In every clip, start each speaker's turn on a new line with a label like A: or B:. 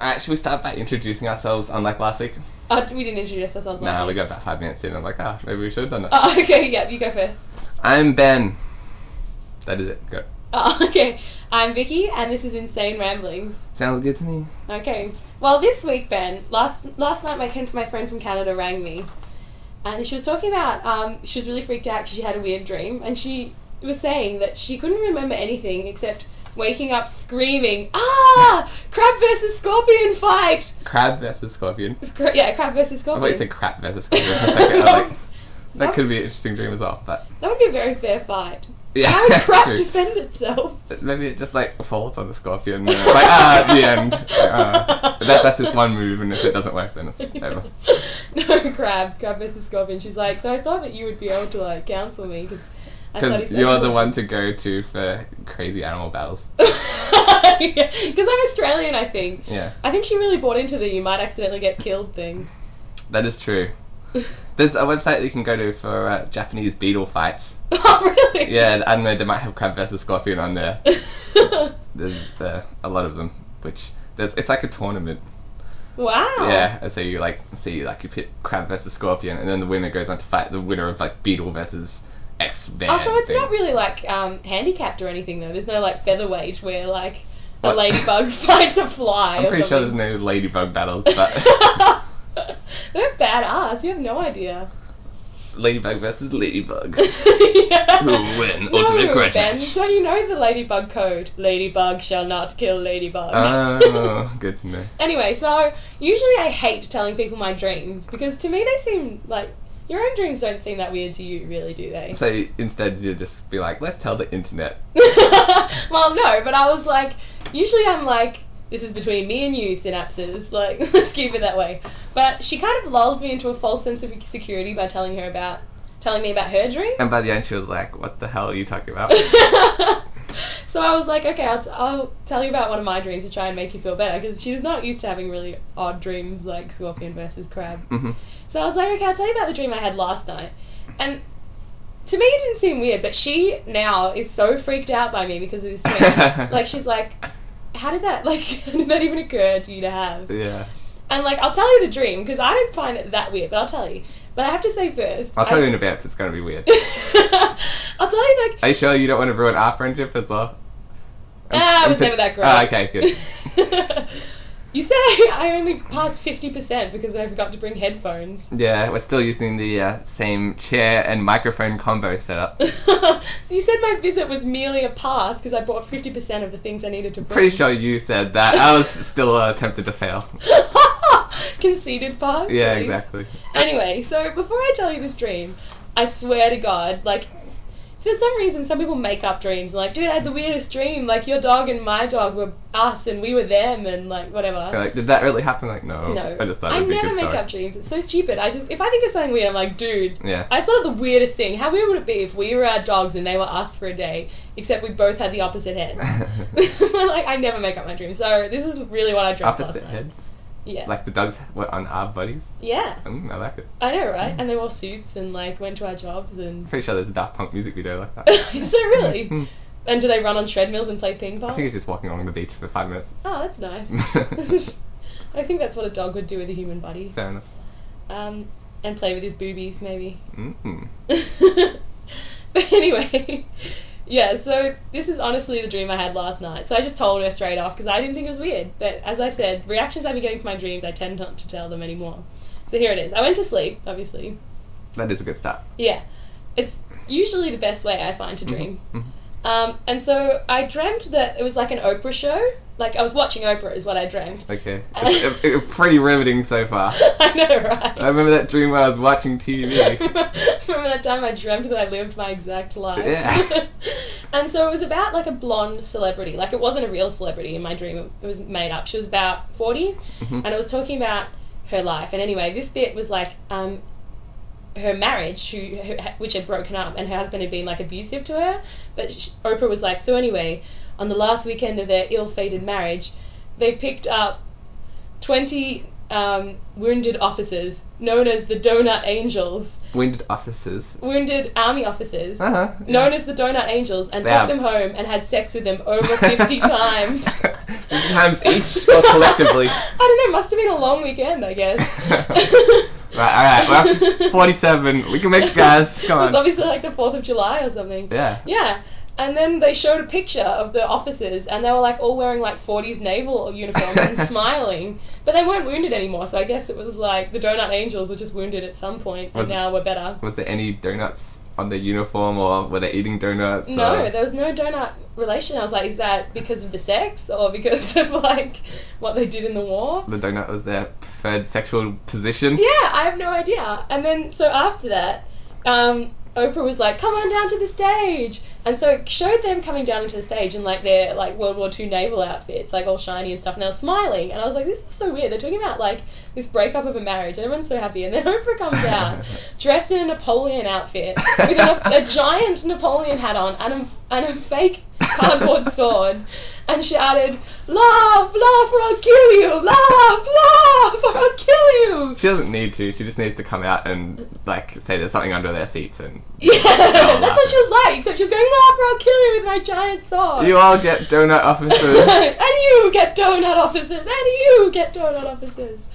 A: Alright, should we start by introducing ourselves unlike last week?
B: Uh, we didn't introduce ourselves last
A: Nah, we
B: week.
A: got about five minutes in. I'm like, ah, maybe we should have done that.
B: Uh, okay, yeah, you go first.
A: I'm Ben. That is it. Go.
B: Uh, okay, I'm Vicky, and this is Insane Ramblings.
A: Sounds good to me.
B: Okay, well, this week, Ben, last last night, my con- my friend from Canada rang me, and she was talking about um, she was really freaked out because she had a weird dream, and she was saying that she couldn't remember anything except waking up screaming, "Ah, crab versus scorpion fight!"
A: Crab versus scorpion.
B: It's cra- yeah, crab versus
A: I thought you
B: scorpion.
A: said crap versus scorpion for a second. I was like,
B: No.
A: that could be an interesting dream as well, but
B: That would be a very fair fight.
A: yeah.
B: How would crab
A: true.
B: defend itself?
A: Maybe it just like falls on the scorpion. And, uh, like ah, the end. Like, ah. But that, that's just one move, and if it doesn't work, then it's over.
B: no, crab, crab versus scorpion. She's like, so I thought that you would be able to like counsel me because I study.
A: Because you're the
B: sexology."
A: one to go to for crazy animal battles.
B: Yeah, 'cause I'm Australian, I think.
A: Yeah,
B: I think she really bought into the "you might accidentally get killed" thing.
A: that is true. There's a website that you can go to for uh, Japanese beetle fights.
B: oh, really?
A: Yeah, and they, they might have crab versus scorpion on there. There's uh, a lot of them, which there's it's like a tournament.
B: wow.
A: Yeah, and so you like so you like you pit crab versus scorpion, and then the winner goes on to fight the winner of like beetle versus X band.
B: Oh, so it's not really like um, handicapped or anything though. There's no like featherweight where like a
A: What?
B: ladybug fights a fly.
A: I'm
B: or
A: pretty sure there's
B: something.
A: no ladybug battles, but
B: They're badass. You have no idea.
A: ladybug versus ladybug.
B: yeah.
A: Who will win Ultimate
B: no,
A: Grudge
B: Ben,
A: Match?
B: don't you know the ladybug code? Ladybug shall not kill ladybug.
A: Oh, good to know.
B: anyway, so usually I hate telling people my dreams because to me they seem like your own dreams don't seem that weird to you, really, do they?
A: So instead, you just be like, let's tell the internet.
B: well, no, but I was like, usually I'm like, this is between me and you, synapses. Like, let's keep it that way. But she kind of lulled me into a false sense of security by telling her about telling me about her dream.
A: And by the end, she was like, what the hell are you talking about?
B: so I was like, okay, I'll, t- I'll tell you about one of my dreams to try and make you feel better because she's not used to having really odd dreams like scorpion versus crab.
A: Mhm.
B: So I was like, okay, I'll tell you about the dream I had last night. And to me, it didn't seem weird, but she now is so freaked out by me because of this dream. like, she's like, how did that like how did that even occur to you to have?
A: yeah.
B: And like, I'll tell you the dream because I don't find it that weird, but I'll tell you. But I have to say first,
A: I'll tell
B: I-
A: you in advance, it's going to be weird.
B: I'll tell you like
A: Are you sure you don't want to ruin our friendship as well? I'm-
B: Ah, I
A: I'm
B: was
A: t-
B: never that great.
A: Ah, okay, good.
B: you said I only passed 50% because I forgot to bring headphones.
A: Yeah, we're still using the uh, same chair and microphone combo setup.
B: so you said my visit was merely a pass because I bought 50% of the things I needed to bring.
A: Pretty sure you said that. I was still uh, tempted to fail.
B: Conceded pass.
A: Yeah,
B: please.
A: exactly.
B: Anyway, so before I tell you this dream, I swear to God, like, for some reason, some people make up dreams. Like, dude, I had the weirdest dream. Like, your dog and my dog were us and we were them and, like, whatever.
A: You're like, did that really happen? Like, no.
B: No,
A: I just thought
B: I
A: it'd be a
B: never
A: good
B: make
A: story.
B: up dreams. It's so stupid. I just if I think of something weird, I'm like, dude,
A: Yeah.
B: I thought of the weirdest thing. How weird would it be if we were our dogs and they were us for a day, except we both had the opposite head? like I never make up my dreams. So this is really what I dreamt
A: Opposite
B: last night.
A: heads.
B: Yeah,
A: Like the dogs were on our bodies.
B: yeah,
A: Mm, I like it.
B: I know, right?
A: Mm.
B: And they wore suits and like went to our jobs and.
A: I'm pretty sure there's a Daft Punk music video like that.
B: Is there
A: Hmm.
B: really? and do they run on treadmills and play ping
A: I
B: pong?
A: think it's just walking along the beach for five minutes.
B: Oh, that's nice. I think that's what a dog would do with a human buddy.
A: Fair enough.
B: Um, and play with his boobies, maybe. Mm-hmm.
A: Mm.
B: but anyway, yeah, so this is honestly the dream I had last night. So I just told her straight off because I didn't think it was weird. But as I said, reactions I've been getting from my dreams, I tend not to tell them anymore. So here it is. I went to sleep, obviously.
A: That is a good start.
B: Yeah. It's usually the best way I find to dream.
A: Mhm.
B: Um, and so I dreamt that it was like an Oprah show. Like I was watching Oprah, is what I dreamt.
A: Okay. It's, it- it's pretty riveting so far.
B: I know, right?
A: I remember that dream where I was watching Mm-hmm. TV.
B: Remember that time I dreamt that I lived my exact life?
A: Yeah.
B: and so it was about like a blonde celebrity. Like it wasn't a real celebrity in my dream. It was made up. She was about 40
A: Mhm.
B: and it was talking about her life. And anyway, this bit was like um, her marriage, who, who, which had broken up, and her husband had been like abusive to her. But sh Oprah was like, so anyway, on the last weekend of their ill-fated marriage, they picked up 20 um, wounded officers known as the Donut Angels,
A: Wounded officers.
B: wounded army officers
A: Uh huh.
B: known as the Donut Angels, and
A: They
B: took
A: are-
B: them home and had sex with them over 50 times.
A: times each or collectively?
B: I don't know, must have been a long weekend, I guess.
A: Right, all right, we're up to 47. We can make it, guys. Come
B: It was
A: on.
B: obviously like the 4th of July or something.
A: Yeah.
B: Yeah. And then they showed a picture of the officers, and they were like all wearing like 40s naval uniforms and smiling. But they weren't wounded anymore, so I guess it was like the Donut Angels were just wounded at some point, and
A: Was-
B: now we're better.
A: Was there any donuts on their uniform or were they eating donuts?
B: No,
A: or-
B: there was no donut relation. I was like, is that because of the sex or because of like what they did in the war?
A: The donut was their preferred sexual position.
B: Yeah, I have no idea. And then, so after that, um, Oprah was like, "Come on down to the stage," and so it showed them coming down into the stage in like their like World War II naval outfits, like all shiny and stuff, and they were smiling, and I was like, "This is so weird." They're talking about like this breakup of a marriage, and everyone's so happy, and then Oprah comes out dressed in a Napoleon outfit with a, a giant Napoleon hat on and a, and a fake cardboard sword, and shouted, "Laugh, laugh, or I'll kill you! Laugh, laugh, or I'll kill you!"
A: She doesn't need to. She just needs to come out and like say there's something under their seats and
B: Yeah,
A: Oh,
B: that's what she was like. Except she was going, "Laura, I'll kill you with my giant sword."
A: you all get donut officers.
B: and you get donut officers, and you get donut officers.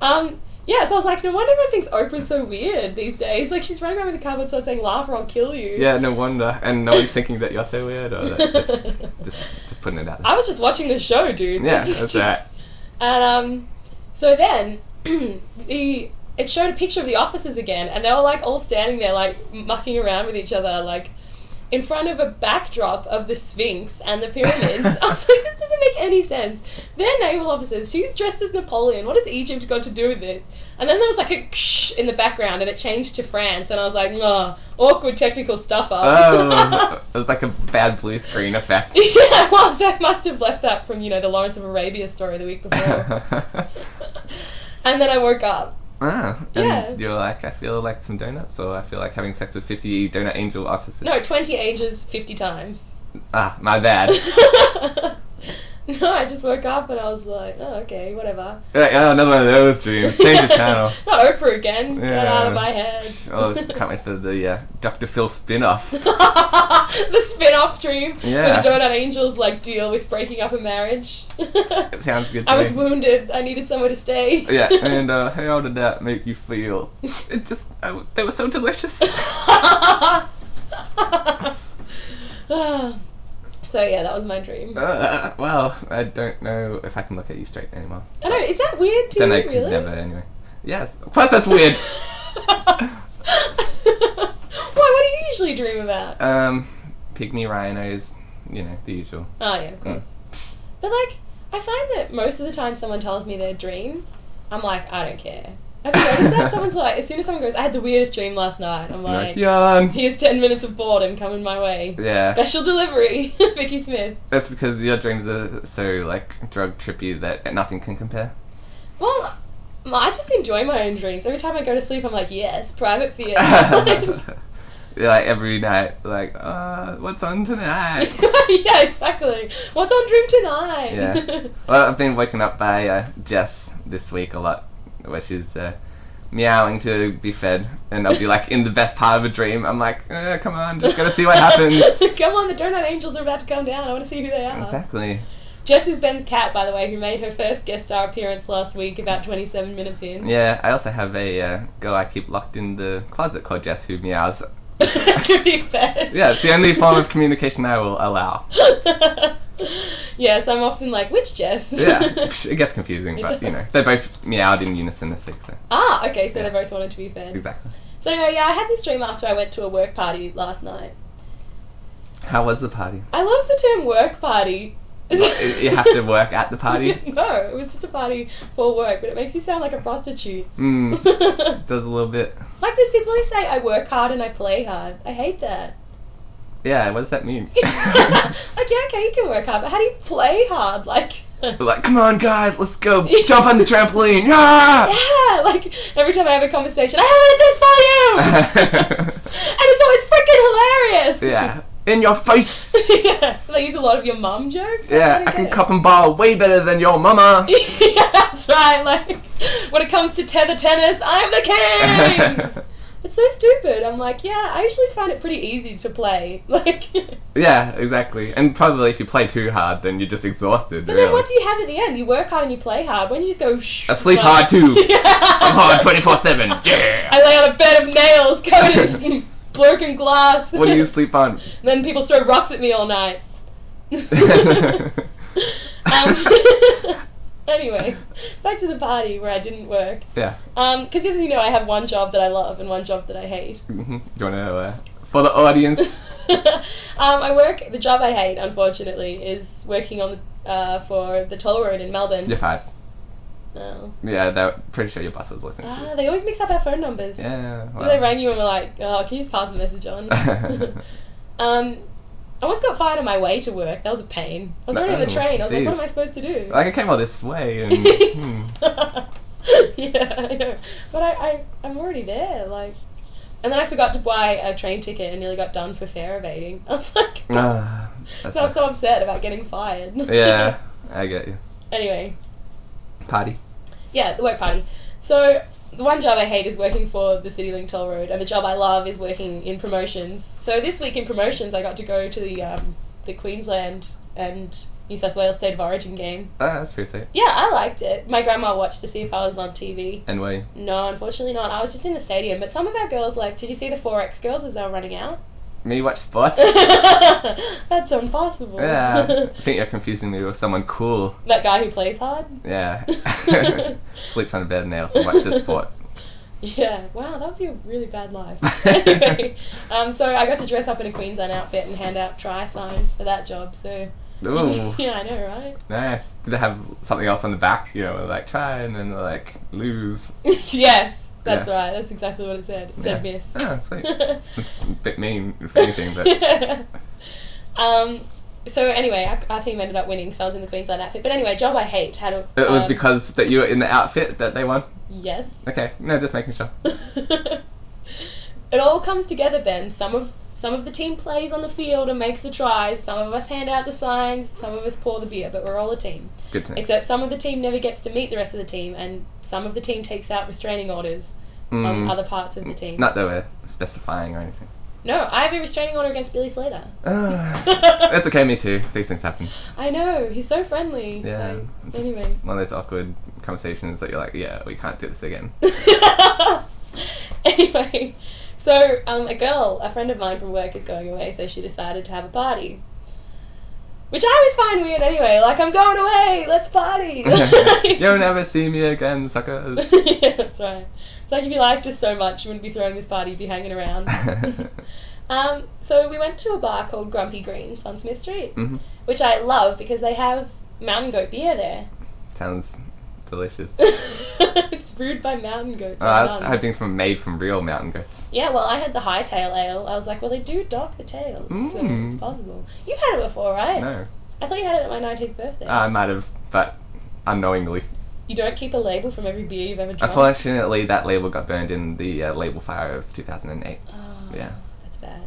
B: Um, yeah, so I was like, no wonder everyone thinks Oprah's so weird these days. Like, she's running around with a cardboard sword saying, laugh or I'll kill you.
A: yeah, no wonder. And no one's thinking that you're so weird or that's just just just putting it out. there.
B: I was just watching the show, dude.
A: Yeah,
B: this is
A: that's
B: just... And um, so then the it showed a picture of the officers again, and they were like all standing there, like mucking around with each other, like in front of a backdrop of the Sphinx and the pyramids. I was like, this doesn't make any sense. They're naval officers. She's dressed as Napoleon. What has Egypt got to do with it? And then there was like a in the background, and it changed to France, and I was like, oh, awkward technical stuff up.
A: Oh, it was like a bad blue screen effect.
B: yeah, it was. They must have left that from, you know, the Lawrence of Arabia story the week before. and then I woke up.
A: Ah, and
B: Yeah.
A: you're like, I feel like some donuts, or I feel like having sex with 50 donut angel officers.
B: No, 20 ages, 50 times.
A: Ah, my bad.
B: no, I just woke up and I was like, oh, okay, whatever.
A: Uh, oh, another one of those dreams. Change the channel.
B: Not Oprah again. Get out of
A: Yeah.
B: my head.
A: Oh, can't wait for the uh, Dr. Phil spin off.
B: the spin-off dream where
A: Yeah.
B: the donut angels like deal with breaking up a marriage.
A: sounds good to
B: I was
A: me.
B: wounded. I needed somewhere to stay.
A: Yeah, and uh, how did that make you feel? It just, I w they were so delicious.
B: so yeah, that was my dream.
A: Uh, well, I don't know if I can look at you straight anymore.
B: I know. Is that weird to
A: then
B: you?
A: I could
B: really?
A: never, anyway. Yes. Plus, that's weird.
B: Why? What do you usually dream about?
A: um, pygmy rhinos, you know, the usual.
B: Oh yeah, of
A: mm.
B: course. But like, I find that most of the time someone tells me their dream, I'm like, I don't care. Have you noticed that? Someone's like, as soon as someone goes, I had the weirdest dream last night. I'm like,
A: Like, yawn.
B: here's ten minutes of boredom coming my way.
A: Yeah.
B: Special delivery, Vicky Smith.
A: That's because your dreams are so like drug trippy that nothing can compare.
B: Well, I just enjoy my own dreams. Every time I go to sleep, I'm like, yes, private theater.
A: Yeah, like every night, like, uh, what's on tonight?
B: yeah, exactly. What's on Dream Tonight?
A: Yeah. well, I've been woken up by uh, Jess this week a lot, where she's uh, meowing to be fed, and I'll be like in the best part of a dream. I'm like, uh, come on, just gotta see what happens.
B: come on, the Donut Angels are about to come down. I want to see who they are.
A: exactly.
B: Jess is Ben's cat, by the way, who made her first guest star appearance last week, about 27 minutes in.
A: Yeah, I also have a uh, girl I keep locked in the closet called Jess who meows.
B: to be fair.
A: Yeah, it's the only form of communication I will allow.
B: yes, I'm often like, which Jess?
A: Yeah, it gets confusing,
B: It
A: but you know,
B: does.
A: they both meowed in unison this week, so
B: ah, okay, so they both wanted to be fed.
A: exactly.
B: So, anyway, yeah, I had this dream after I went to a work party last night.
A: How was the party?
B: I love the term work party.
A: Y- you have to work at the party.
B: no, it was just a party for work, but it makes you sound like a prostitute.
A: Hmm,
B: like
A: does a little bit.
B: there's people who say I work hard and I play hard. I hate that.
A: Yeah, what does that mean?
B: like yeah, okay, you can work hard, but how do you play hard? Like
A: like, come on, guys, let's go jump on the trampoline. Yeah!
B: yeah, like every time I have a conversation, I have this for you, and it's always freaking hilarious.
A: yeah, in your face.
B: yeah, they use a lot of your mum jokes.
A: Yeah,
B: don't
A: I can
B: get it.
A: cop and bar way better than your mama.
B: yeah, that's right. Like when it comes to tether tennis, I'm the king. it's so stupid. I'm like, yeah, I usually find it pretty easy to play. Like, but
A: yeah, exactly. And probably if you play too hard, then you're just exhausted.
B: then
A: really.
B: what do you have at the end? You work hard and you play hard. When do you just go, shh.
A: I sleep
B: like-
A: hard too.
B: Yeah.
A: I'm hard 24 7. Oh, Yeah.
B: I lay on a bed of nails covered in broken glass.
A: What do you sleep on?
B: And then people throw rocks at me all night. um, anyway, back to the party where I didn't work.
A: yeah.
B: Because Um, as you know, I have one job that I love and one job that I hate.
A: Mhm. Do you want to, uh, for the audience?
B: um, I work, the job I hate, unfortunately, is working on the, uh, for the toll road in Melbourne.
A: You're fine.
B: Oh.
A: Yeah, they're pretty sure your boss was listening to
B: Ah,
A: this.
B: they always mix up our phone numbers.
A: Yeah.
B: They
A: well.
B: rang you and were like, oh, can you just pass the message on? um, I once got fired on my way to work. That was a pain. I was running on the
A: Oh,
B: train. I was like, what
A: jeez.
B: am I supposed to do?
A: like, I came all this way and. hmm.
B: yeah, I know. But I, I, I'm already there, like. And then I forgot to buy a train ticket and nearly got done for fare evading. I was like,
A: Ah, that
B: so I was so
A: sucks.
B: upset about getting fired.
A: Yeah, I get you.
B: anyway,
A: Party.
B: yeah, the work party. So the one job I hate is working for the CityLink toll road, and the job I love is working in promotions. So this week in promotions, I got to go to the um, the Queensland and New South Wales State of Origin game.
A: Ah, that's pretty safe.
B: Yeah, I liked it. My grandma watched to see if I was on TV.
A: Anyway,
B: No, unfortunately not. I was just in the stadium, but some of our girls like, did you see the four X girls as they were running out?
A: me watch sports.
B: That's impossible.
A: yeah, I think you're confusing me with someone cool.
B: that guy who plays hard.
A: Yeah, sleeps on a bed of nails and watches sport.
B: Yeah. Wow, that would be a really bad life. anyway, um, so I got to dress up in a Queensland outfit and hand out try signs for that job. So
A: Ooh,
B: yeah, I know, right?
A: nice. Did they have something else on the back? You know, like try and then like lose.
B: yes, that's
A: Yeah.
B: right. That's exactly what it said. It said
A: Yeah.
B: miss.
A: Oh, sweet. It's a bit mean if anything, but
B: um, so anyway, our, our team ended up winning, so I was in the Queensland outfit. But anyway, job I hate had a.
A: it was
B: um,
A: because that you were in the outfit that they won.
B: Yes.
A: Okay, no, just making sure.
B: it all comes together, Ben. Some of some of the team plays on the field and makes the tries. Some of us hand out the signs. Some of us pour the beer, but we're all a team.
A: Good to know.
B: Except some of the team never gets to meet the rest of the team, and some of the team takes out restraining orders on
A: Mm,
B: other parts of the team.
A: Not that we're specifying or anything.
B: No, I have a restraining order against Billy Slater.
A: Ah. It's okay, me too. These things happen.
B: I know he's so friendly.
A: Yeah.
B: like,
A: Just
B: anyway.
A: One of those awkward conversations that you're like, yeah, we can't do this again.
B: anyway, so um, a girl, a friend of mine from work, is going away, so she decided to have a party. Which I always find weird anyway. Like, I'm going away, let's party!
A: You'll never see me again, suckers.
B: yeah, that's right. It's like if you liked us so much, you wouldn't be throwing this party, you'd be hanging around. um, so we went to a bar called Grumpy Greens on Smith Street,
A: Mhm.
B: which I love because they have mountain goat beer there.
A: Sounds delicious.
B: it's brewed by mountain goats.
A: Oh,
B: and
A: I was
B: nuns.
A: hoping from made from real mountain goats.
B: Yeah, well, I had the hightail ale. I was like, well, they do dock the tails, so
A: Mm.
B: it's possible. You've had it before, right?
A: No, Ah.
B: I thought you had it at my 19th birthday.
A: I might have, but unknowingly.
B: you don't keep a label from every beer you've ever drunk.
A: Unfortunately, that label got burned in the uh, label fire of 2008.
B: Oh,
A: Yeah.
B: That's bad.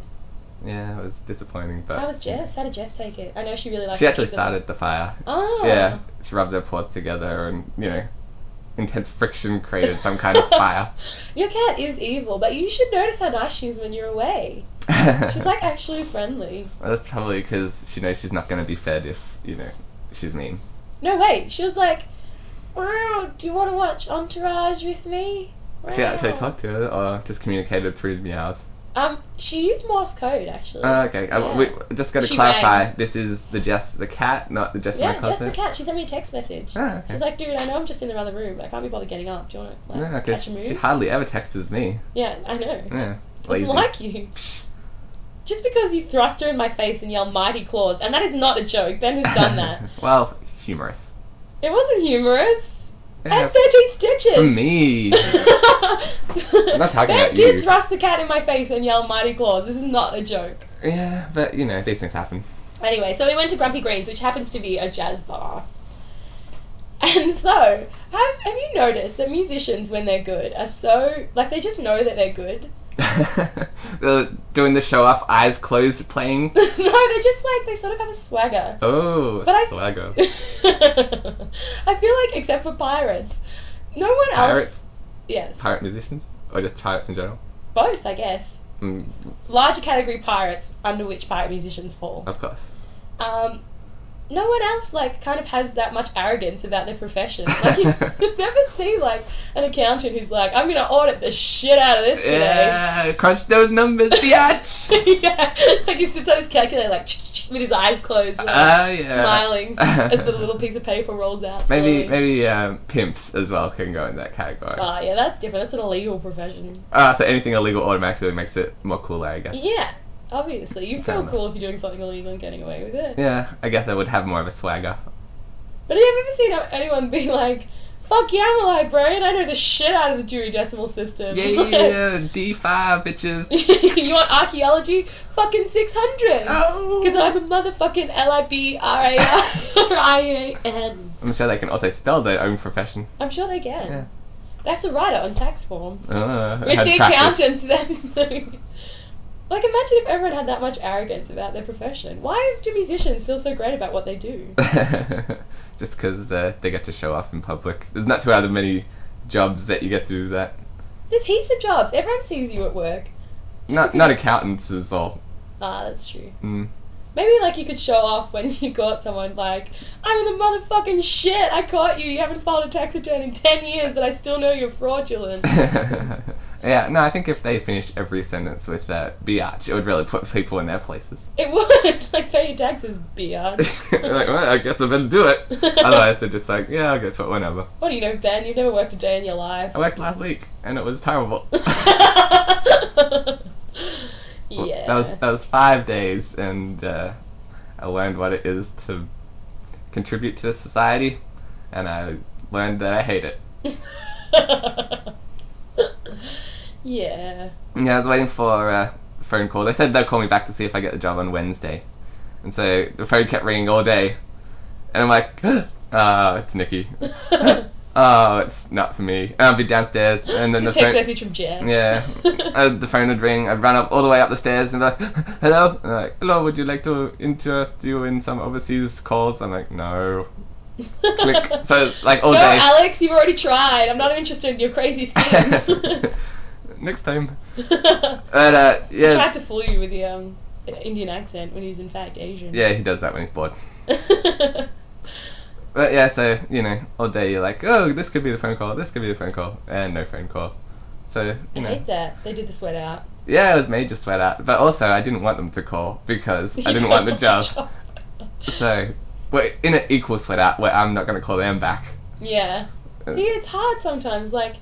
A: Yeah, it was disappointing, but
B: How was Jess? How did Jess take it? I know she really likes
A: she actually
B: keep them-
A: started the fire.
B: Oh.
A: Yeah, she rubbed her paws together, and you know, intense friction created some kind of fire.
B: Your cat is evil, but you should notice how nice she is when you're away. She's like actually friendly.
A: Well, that's probably because she knows she's not going to be fed if, you know, she's mean.
B: No, wait. She was like, wow, do you want to watch Entourage with me?
A: She actually
B: Wow."
A: talked to her or just communicated through the meows.
B: Um, she used Morse code, actually.
A: Oh, okay. I, we
B: Yeah.
A: just got to
B: She
A: clarify this is the Jess the cat, not the Jess in
B: Yeah,
A: my
B: just
A: closet.
B: the cat. She sent me a text message.
A: Oh, okay.
B: She's like, dude, I know I'm just in the other room. but I can't be bothered getting up. Do you want to like,
A: Yeah, 'cause
B: catch a move?
A: she hardly ever texts me.
B: yeah, I know.
A: Yeah,
B: It's
A: lazy.
B: like you.
A: Psh.
B: Just because you thrust her in my face and yell mighty claws, and that is not a joke. Ben has done that.
A: well, humorous.
B: it wasn't humorous. I
A: Yeah,
B: had 13 stitches.
A: for me.
B: I'm
A: not talking
B: ben
A: about
B: did
A: you.
B: thrust the cat in my face and yell mighty claws. This is not a joke.
A: yeah, but you know, these things happen.
B: Anyway, so we went to Grumpy Greens, which happens to be a jazz bar. And so, have, have you noticed that musicians, when they're good, are so. like, they just know that they're good?
A: They're doing the show off, eyes closed, playing.
B: no, they're just like, they sort of have a swagger.
A: Oh,
B: But I-
A: swagger.
B: I feel like, except for pirates, No one
A: Pirates?
B: else. Yes.
A: Pirate musicians? Or just pirates in general?
B: Both, I guess.
A: Mm,
B: Larger category pirates, under which pirate musicians fall.
A: of course.
B: Um, no one else like kind of has that much arrogance about their profession. Like you, you've never seen like an accountant who's like, "I'm gonna audit the shit out of this today."
A: Yeah, crunch those numbers, biatch!
B: yeah, like he sits on his calculator like with his eyes closed, like,
A: Ah, yeah.
B: smiling as the little piece of paper rolls out.
A: Maybe
B: slowly.
A: maybe um, pimps as well can go in that category.
B: Ah, yeah, that's different. That's an illegal profession.
A: Ah, so anything illegal automatically makes it more cooler, I guess.
B: Yeah, obviously, you
A: Fair
B: feel
A: enough.
B: cool if you're doing something illegal and getting away with it.
A: Yeah, I guess I would have more of a swagger.
B: But have you ever seen anyone be like, fuck yeah, I'm a librarian, I know the shit out of the Dewey Decimal System.
A: Yeah, D5, bitches.
B: you want archaeology? Fucking 600!
A: Oh!
B: Because I'm a motherfucking L-I-B-R-A-R-I-A-N.
A: I'm sure they can also spell their own profession.
B: I'm sure they can.
A: Yeah.
B: They have to write it on tax form.
A: Uh,
B: Which
A: had
B: the
A: practice.
B: accountants then... like, imagine if everyone had that much arrogance about their profession. Why do musicians feel so great about what they do?
A: Just because uh, they get to show off in public. There's not too other many jobs that you get to do that.
B: There's heaps of jobs. Everyone sees you at work.
A: Not not accountants is all.
B: Ah, that's true.
A: Mm.
B: Maybe like you could show off when you caught someone like, I'm in the motherfucking shit, I caught you, you haven't filed a tax return in ten years, but I still know you're fraudulent.
A: yeah, no, I think if they finished every sentence with uh, biatch, it would really put people in their places.
B: it would, like pay your taxes, biatch.
A: like, well, I guess I better do it. Otherwise, they're just like, yeah, I'll get to it whenever.
B: What do you know, Ben? You've never worked a day in your life.
A: I worked last week, and it was terrible.
B: yeah.
A: That was that was five days, and uh, I learned what it is to contribute to society, and I learned that I hate it.
B: yeah.
A: Yeah, I was waiting for a phone call. They said they'll call me back to see if I get the job on Wednesday, and so the phone kept ringing all day, and I'm like, oh, it's Nikki. Oh, it's not for me. And I'd be downstairs, and then
B: it's a
A: the
B: text
A: phone.
B: message from Jess.
A: Yeah, uh, the phone would ring. I'd run up all the way up the stairs and be like, "Hello," and they're like, "Hello, would you like to interest you in some overseas calls?" I'm like, "No." Click. So like all
B: no,
A: day.
B: Alex, you've already tried. I'm not interested in your crazy scheme.
A: Next time.
B: Tried
A: But uh, yeah,
B: to fool you with the um, Indian accent when he's in fact Asian.
A: yeah, he does that when he's bored.
B: Yeah.
A: But yeah, so you know, all day you're like, "Oh, this could be the phone call. This could be the phone call," and no phone call. So
B: I
A: you know,
B: hate that. They did the sweat out.
A: yeah, it was made to sweat out. But also, I didn't want them to call because I didn't want the job. So we're in an equal sweat out where I'm not going to call them back.
B: Yeah.
A: uh,
B: See, it's hard sometimes. Like,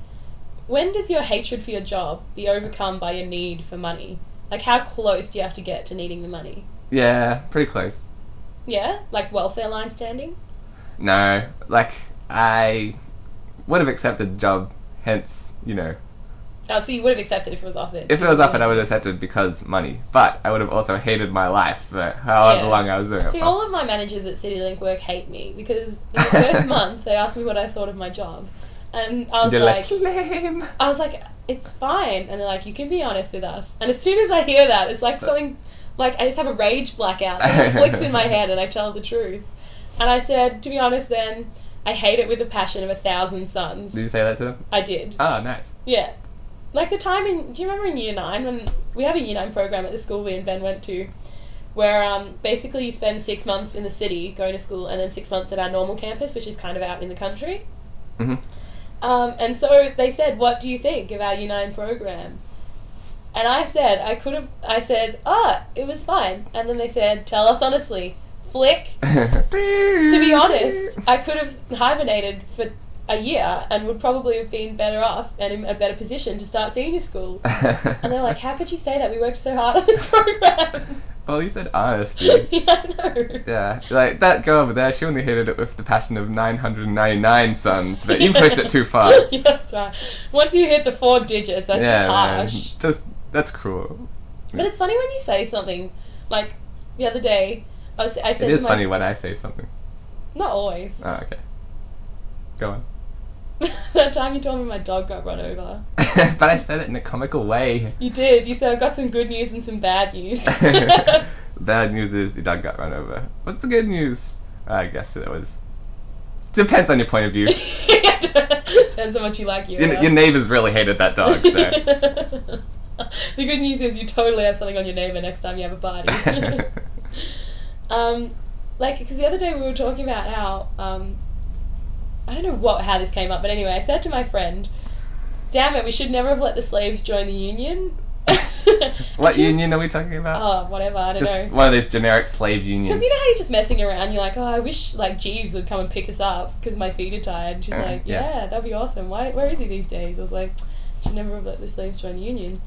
B: when does your hatred for your job be overcome by your need for money? Like, how close do you have to get to needing the money?
A: Yeah, pretty close.
B: Yeah? Like, welfare line standing?
A: No, like I would have accepted the job. Hence, you know,
B: Oh, so you would have accepted if it was offered.
A: if it was offered, I would have accepted because money. But I would have also hated my life for however
B: Yeah.
A: long I was doing it.
B: See,
A: for.
B: all of my managers at CityLink work hate me because in the first month they asked me what I thought of my job, and I was
A: They're
B: like,
A: like, lame.
B: I was like, it's fine, and they're like, you can be honest with us. And as soon as I hear that, it's like something, like I just have a rage blackout that flicks in my head, and I tell the truth. And I said, to be honest, then I hate it with the passion of a thousand suns.
A: Did you say that to them?
B: I did,
A: Oh, nice.
B: yeah. Like the time in, do you remember in year nine when we have a year nine program at the school we and Ben went to, where um, basically you spend six months in the city going to school and then six months at our normal campus, which is kind of out in the country.
A: hmm
B: Um, and so they said, "What do you think of our year nine program?" And I said, "I could have." I said, "Ah, it was fine." And then they said, "Tell us honestly, flick." To
A: to
B: be honest, I could have hibernated for a year and would probably have been better off and in a better position to start senior school. And they're like, "How could you say that? We worked so hard on this program."
A: well, you said
B: yeah,
A: honesty.
B: I know.
A: Yeah, like that girl over there, she only hated it with the passion of 999 suns, but you pushed it too far.
B: yeah, that's right. Once you hit the four digits, that's
A: yeah,
B: just
A: man,
B: harsh.
A: just that's cruel.
B: But it's funny when you say something. Like the other day, I, was, I said
A: It
B: to
A: is
B: my-
A: funny when I say something.
B: Not always.
A: Oh, okay. Go on.
B: that time you told me my dog got run over.
A: but I said it in a comical way.
B: You did. You said I've got some good news and some bad news.
A: Bad news is your dog got run over. What's the good news? I guess it was. Depends on your point of view.
B: Depends how much you like you.
A: Your, your neighbors really hated that dog, so.
B: the good news is you totally have something on your neighbor next time you have a party. um, like, because the other day we were talking about how um, I don't know what how this came up, but anyway, I said to my friend, "Damn it, we should never have let the slaves join the union." And
A: what
B: she was-
A: union are we talking about?
B: Oh, whatever. I don't
A: Just
B: know.
A: one of those generic slave unions.
B: Because you know how you're just messing around, you're like, oh, I wish like Jeeves would come and pick us up because my feet are tired. And she's
A: Uh,
B: like,
A: yeah.
B: yeah, that'd be awesome. Why? Where is he these days? I was like, should never have let the slaves join union.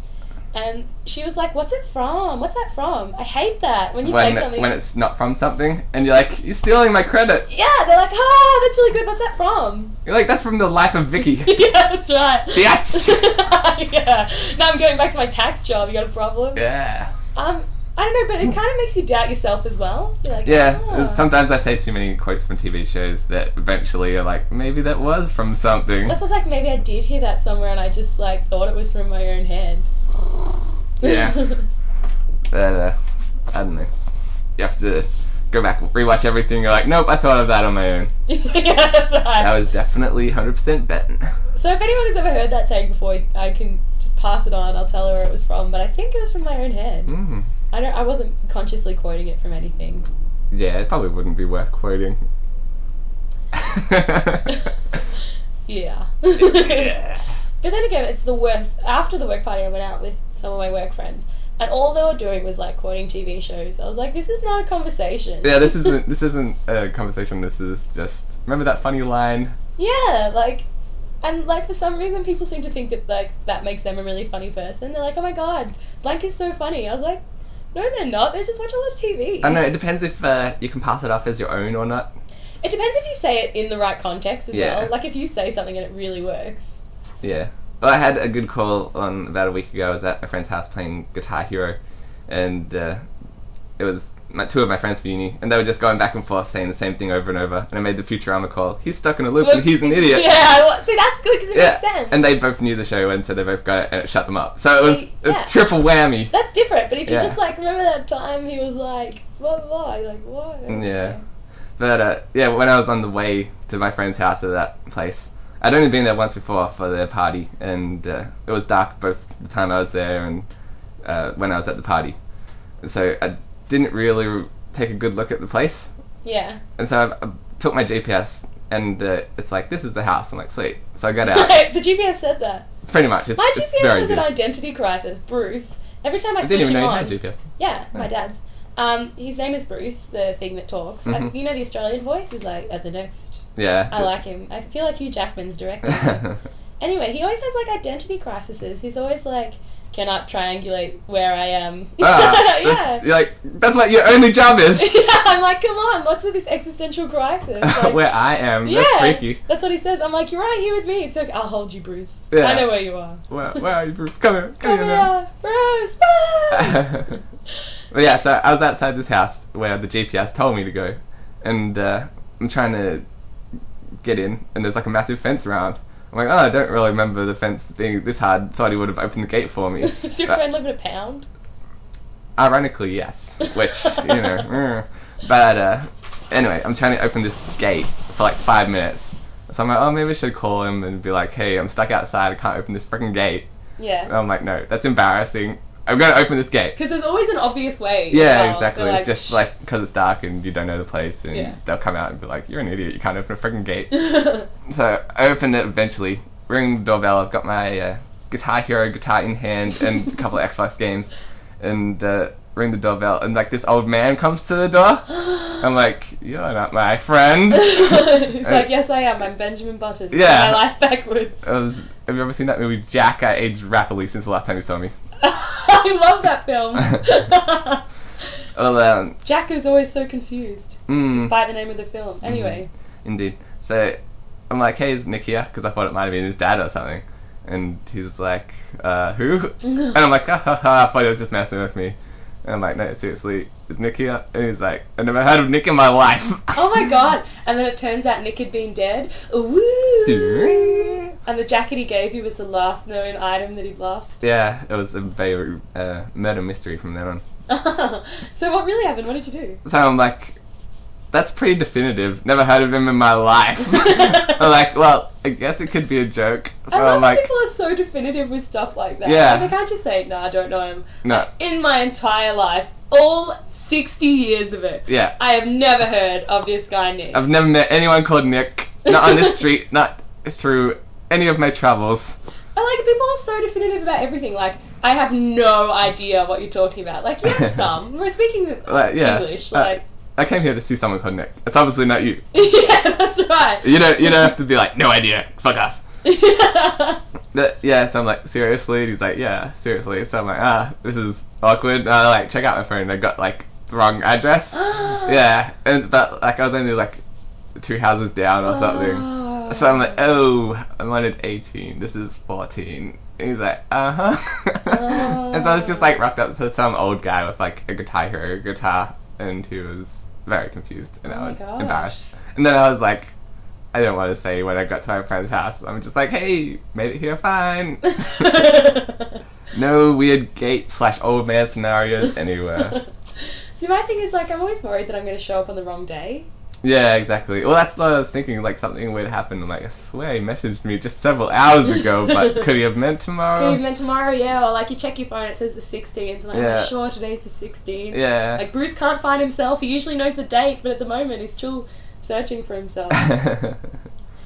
B: And she was like, what's it from? What's that from? I hate that when you
A: when,
B: say something.
A: when it's not from something, and you're like, you're stealing my credit.
B: yeah, they're like, oh, that's really good. What's that from?
A: You're like, that's from the life of Vicky.
B: yeah, that's right.
A: Biatch.
B: yeah. Now I'm going back to my tax job. You got a problem?
A: yeah. Hmm.
B: Um, I don't know, but it kind of makes you doubt yourself as well. You're like,
A: Yeah,
B: "Ah."
A: sometimes I say too many quotes from TV shows that eventually are like, maybe that was from something.
B: That sounds like maybe I did hear that somewhere and I just like thought it was from my own head.
A: Yeah. But, uh, I don't know. You have to go back, rewatch everything. You're like, nope, I thought of that on my own.
B: yeah, that's
A: That
B: right.
A: was definitely 100% betting.
B: so if anyone has ever heard that saying before, I can just pass it on. I'll tell her where it was from, but I think it was from my own head.
A: Mm.
B: I don't. I wasn't consciously quoting it from anything.
A: Yeah, it probably wouldn't be worth quoting.
B: Yeah.
A: yeah.
B: But then again, it's the worst. After the work party, I went out with some of my work friends, and all they were doing was like quoting TV shows. I was like, this is not a conversation.
A: Yeah, this isn't this isn't a conversation. This is just remember that funny line.
B: Yeah, like, and like for some reason, people seem to think that like that makes them a really funny person. They're like, oh my god, blank is so funny. I was like, no, they're not. They just watch a lot of TV.
A: I don't know. It depends if uh, you can pass it off as your own or not.
B: It depends if you say it in the right context as
A: Yeah.
B: well. Like if you say something and it really works.
A: Yeah. Well, I had a good call on about a week ago. I was at a friend's house playing Guitar Hero, and uh, it was my, two of my friends from uni, and they were just going back and forth saying the same thing over and over. And I made the Futurama call. He's stuck in a loop, and he's an idiot.
B: Yeah, I wa- see, that's good because it
A: Yeah,
B: makes sense.
A: And they both knew the show, and so they both got it, and it shut them up. So it was
B: See,
A: a
B: yeah.
A: triple whammy.
B: that's different. But if you
A: Yeah.
B: just like remember that time he was like blah blah, blah you're like what?
A: Yeah. But uh, yeah, when I was on the way to my friend's house at that place, I'd only been there once before for their party, and uh, it was dark both the time I was there and uh, when I was at the party. And so I didn't really r- take a good look at the place,
B: Yeah.
A: and so I, I took my GPS. And uh, it's like this is the house. I'm like sweet. So I got out.
B: the GPS said that.
A: Pretty much. It's,
B: My
A: it's
B: GPS
A: very
B: has an
A: good.
B: identity crisis, Bruce. Every time I,
A: I
B: switch
A: didn't even
B: him
A: know you
B: on,
A: had GPS.
B: Yeah, my
A: Yeah.
B: dad's. Um, his name is Bruce, the thing that talks. I-
A: Mhm.
B: you know the Australian voice is like at the next.
A: Yeah.
B: I like him. I feel like Hugh Jackman's directing. him. anyway, he always has like identity crises. He's always like, cannot triangulate where I am.
A: ah,
B: yeah.
A: that's, you're like that's what your only job is.
B: yeah. I'm like, come on, what's with this existential crisis? Like,
A: Where I am. That's freaky.
B: That's what he says. I'm like, you're right here with me. It's okay. I'll hold you, Bruce.
A: Yeah.
B: I know where you are.
A: Where, where are you, Bruce? Come here. Come,
B: Come
A: here. now.
B: here, Bruce. Bruce.
A: but yeah, so I was outside this house where the GPS told me to go, and uh, I'm trying to get in, and there's like a massive fence around. I'm like, oh, I don't really remember the fence being this hard. Thought he would have opened the gate for me.
B: Does your
A: But
B: friend live in a pound?
A: Ironically, yes. Which you know, eh. but uh, anyway, I'm trying to open this gate for like five minutes. So I'm like, oh, maybe I should call him and be like, hey, I'm stuck outside. I can't open this freaking gate.
B: Yeah.
A: And I'm like, no, that's embarrassing. I'm gonna open this gate.
B: Because there's always an obvious way. as
A: Yeah,
B: well.
A: exactly.
B: They're
A: it's just like because it's dark and you don't know the place, and
B: Yeah.
A: they'll come out and be like, "You're an idiot. You can't open a freaking gate." so I opened it eventually. Ring the doorbell. I've got my uh, Guitar Hero guitar in hand and a couple of Xbox games, and uh, ring the doorbell. And like this old man comes to the door. I'm like, "You're not my friend."
B: He's
A: Uh,
B: like, yes, I am. I'm Benjamin Button.
A: Yeah. Uh.
B: My life backwards.
A: I was- have you ever seen that movie Jack? I aged rapidly since the last time you saw me.
B: I love that film.
A: Well, um,
B: Jack is always so confused,
A: mm. Mm-hmm.
B: despite the name of the film. Anyway,
A: Indeed. So I'm like, hey, is Nick here? Because I thought it might have been his dad or something. And he's like, uh, who? and I'm like, ha ha ha, I thought he was just messing with me. And I'm like, no, seriously, is Nick here? And he's like, I never heard of Nick in my life.
B: oh my god! And then it turns out Nick had been dead. Woo! And the jacket he gave you was the last known item that he'd lost.
A: yeah, it was a very uh, murder mystery from then on.
B: so what really happened? What did you do?
A: So I'm like, that's pretty definitive. Never heard of him in my life. I'm like, well, I guess it could be a joke. So
B: I love
A: I'm
B: that
A: like,
B: people are so definitive with stuff like that.
A: Yeah.
B: Like, I can't just say, no, I don't know him.
A: no,
B: In my entire life, all 60 years of it,
A: yeah. Um,
B: I have never heard of this guy, Nick.
A: I've never met anyone called Nick. Not on the street, not through any of my travels.
B: I like people are so definitive about everything. Like, I have no idea what you're talking about. Like, you have some. We're speaking
A: Like, yeah.
B: English.
A: Uh,
B: Like,
A: I came here to see someone called Nick. It's obviously not you.
B: yeah, that's right.
A: You don't. You don't have to be like, no idea. Fuck off. But, yeah. So I'm like, seriously. And he's like, yeah, seriously. So I'm like, ah, this is awkward. And I like check out my phone. I got like the wrong address. yeah. And but like I was only like two houses down or
B: Oh.
A: something. So I'm like, oh, I wanted 18. This is 14. And he's like, uh huh. and so I was just like rocked up to some old guy with like a guitar hero guitar, and he was very confused, and
B: Oh my
A: I was
B: gosh.
A: embarrassed. And then I was like, I didn't want to say when I got to my friend's house. I'm just like, hey, made it here fine. no weird gate slash old man scenarios anywhere.
B: See, my thing is like I'm always worried that I'm going to show up on the wrong day.
A: yeah, exactly. Well, that's what I was thinking. Like something would happen. I'm like, I swear he messaged me just several hours ago, but could he have meant tomorrow?
B: Or even tomorrow, yeah. Or like you check your phone, it says the 16th, and I'm
A: Yeah.
B: like, sure, today's the 16th.
A: Yeah.
B: Like Bruce can't find himself. He usually knows the date, but at the moment he's still searching for himself.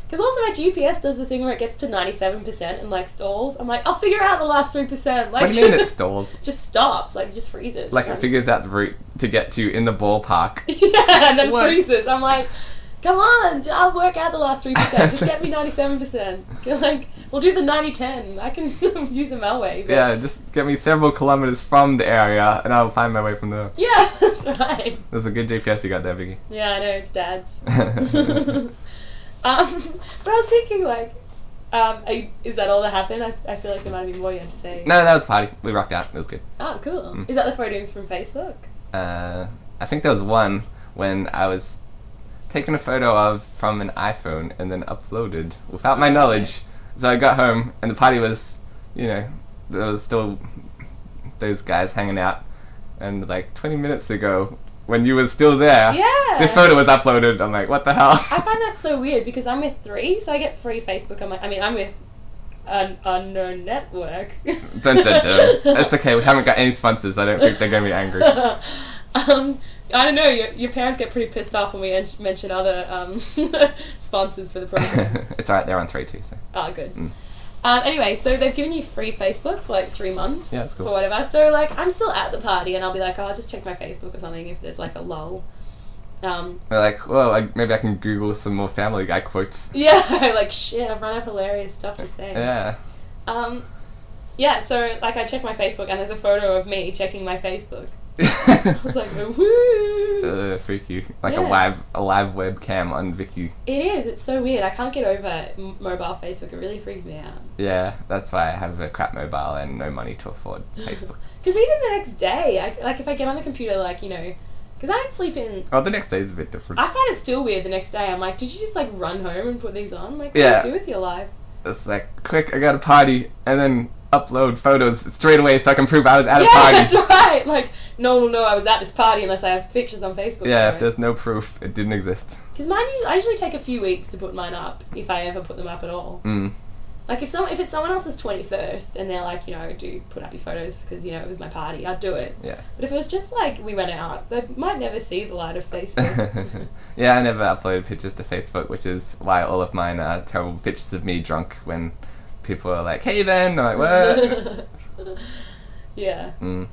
B: Because also my GPS does the thing where it gets to 97% and like stalls. I'm like, I'll figure out the last 3%. Like,
A: what do you mean it stalls?
B: just stops. Like, it just freezes.
A: Like it
B: Sometimes-
A: figures out the route to get to in the ballpark.
B: yeah, and then
A: What?
B: freezes. I'm like, come on, I'll work out the last 3%. Just get me 97%. You're like, we'll do the 90-10. I can use a malware. but-
A: Yeah, just get me several kilometers from the area, and I'll find my way from there.
B: Yeah, that's right.
A: That's a good GPS you got there, Vicky.
B: Yeah, I know, it's dad's. um, but I was thinking, like, um, are, is that all that happened? I, I feel like there might have been more you had to say.
A: No, Mm. that was a party. We rocked out. It was good.
B: Oh, cool. Is that the photos from Facebook?
A: Uh, I think there was one when I was taking a photo of from an iPhone and then uploaded without my knowledge. So I got home, and the party was, you know, there was still those guys hanging out, and like 20 minutes ago, when you were still there,
B: Yeah.
A: this photo was uploaded. I'm like, what the hell?
B: I find that so weird because I'm with three, so I get free Facebook. I'm like, I mean, I'm with an unknown network.
A: dun, dun, dun. It's okay. We haven't got any sponsors. I don't think they're gonna be angry.
B: um, I don't know. Your, your parents get pretty pissed off when we en- mention other um, sponsors for the program.
A: it's alright. They're on three too. So
B: Oh, good.
A: Mm.
B: Um, anyway, so they've given you free Facebook for like three months
A: Yeah, that's cool.
B: or whatever. So like, I'm still at the party, and I'll be like, oh, I'll just check my Facebook or something if there's like a lull. Um,
A: they're like, well, I, maybe I can Google some more Family Guy quotes.
B: yeah, like shit, I've run out of hilarious stuff to say.
A: Yeah.
B: Um, yeah, so like I check my Facebook, and there's a photo of me checking my Facebook. I was like, woo!
A: uh, freaky. Like a
B: Yeah.
A: live a live webcam on Vicky.
B: It is. It's so weird. I can't get over m- mobile Facebook. It really freaks me out.
A: Yeah, that's why I have a crap mobile and no money to afford Facebook.
B: Because even the next day, I, like if I get on the computer, like you know, because I don't sleep in
A: oh, the next day is a bit different.
B: I find it still weird the next day. I'm like, did you just like run home and put these on? Like, what
A: Yeah.
B: do you do with your life?
A: It's like, quick, I got a party, and then upload photos straight away so I can prove I was at
B: yeah,
A: a party.
B: that's right. Like, no one will know I was at this party unless I have pictures on Facebook.
A: yeah, if there's no proof, it didn't exist.
B: Because mine, usually, I usually take a few weeks to put mine up if I ever put them up at all.
A: Mm.
B: Like, if some, if it's someone else's 21st and they're like, you know, do put up your photos because you know it was my party, I'd do it.
A: Yeah.
B: But if it was just like we went out, they might never see the light of Facebook.
A: yeah, I never uploaded pictures to Facebook, which is why all of mine are terrible pictures of me drunk when people are like, hey then, I'm like, what?
B: yeah.
A: mm.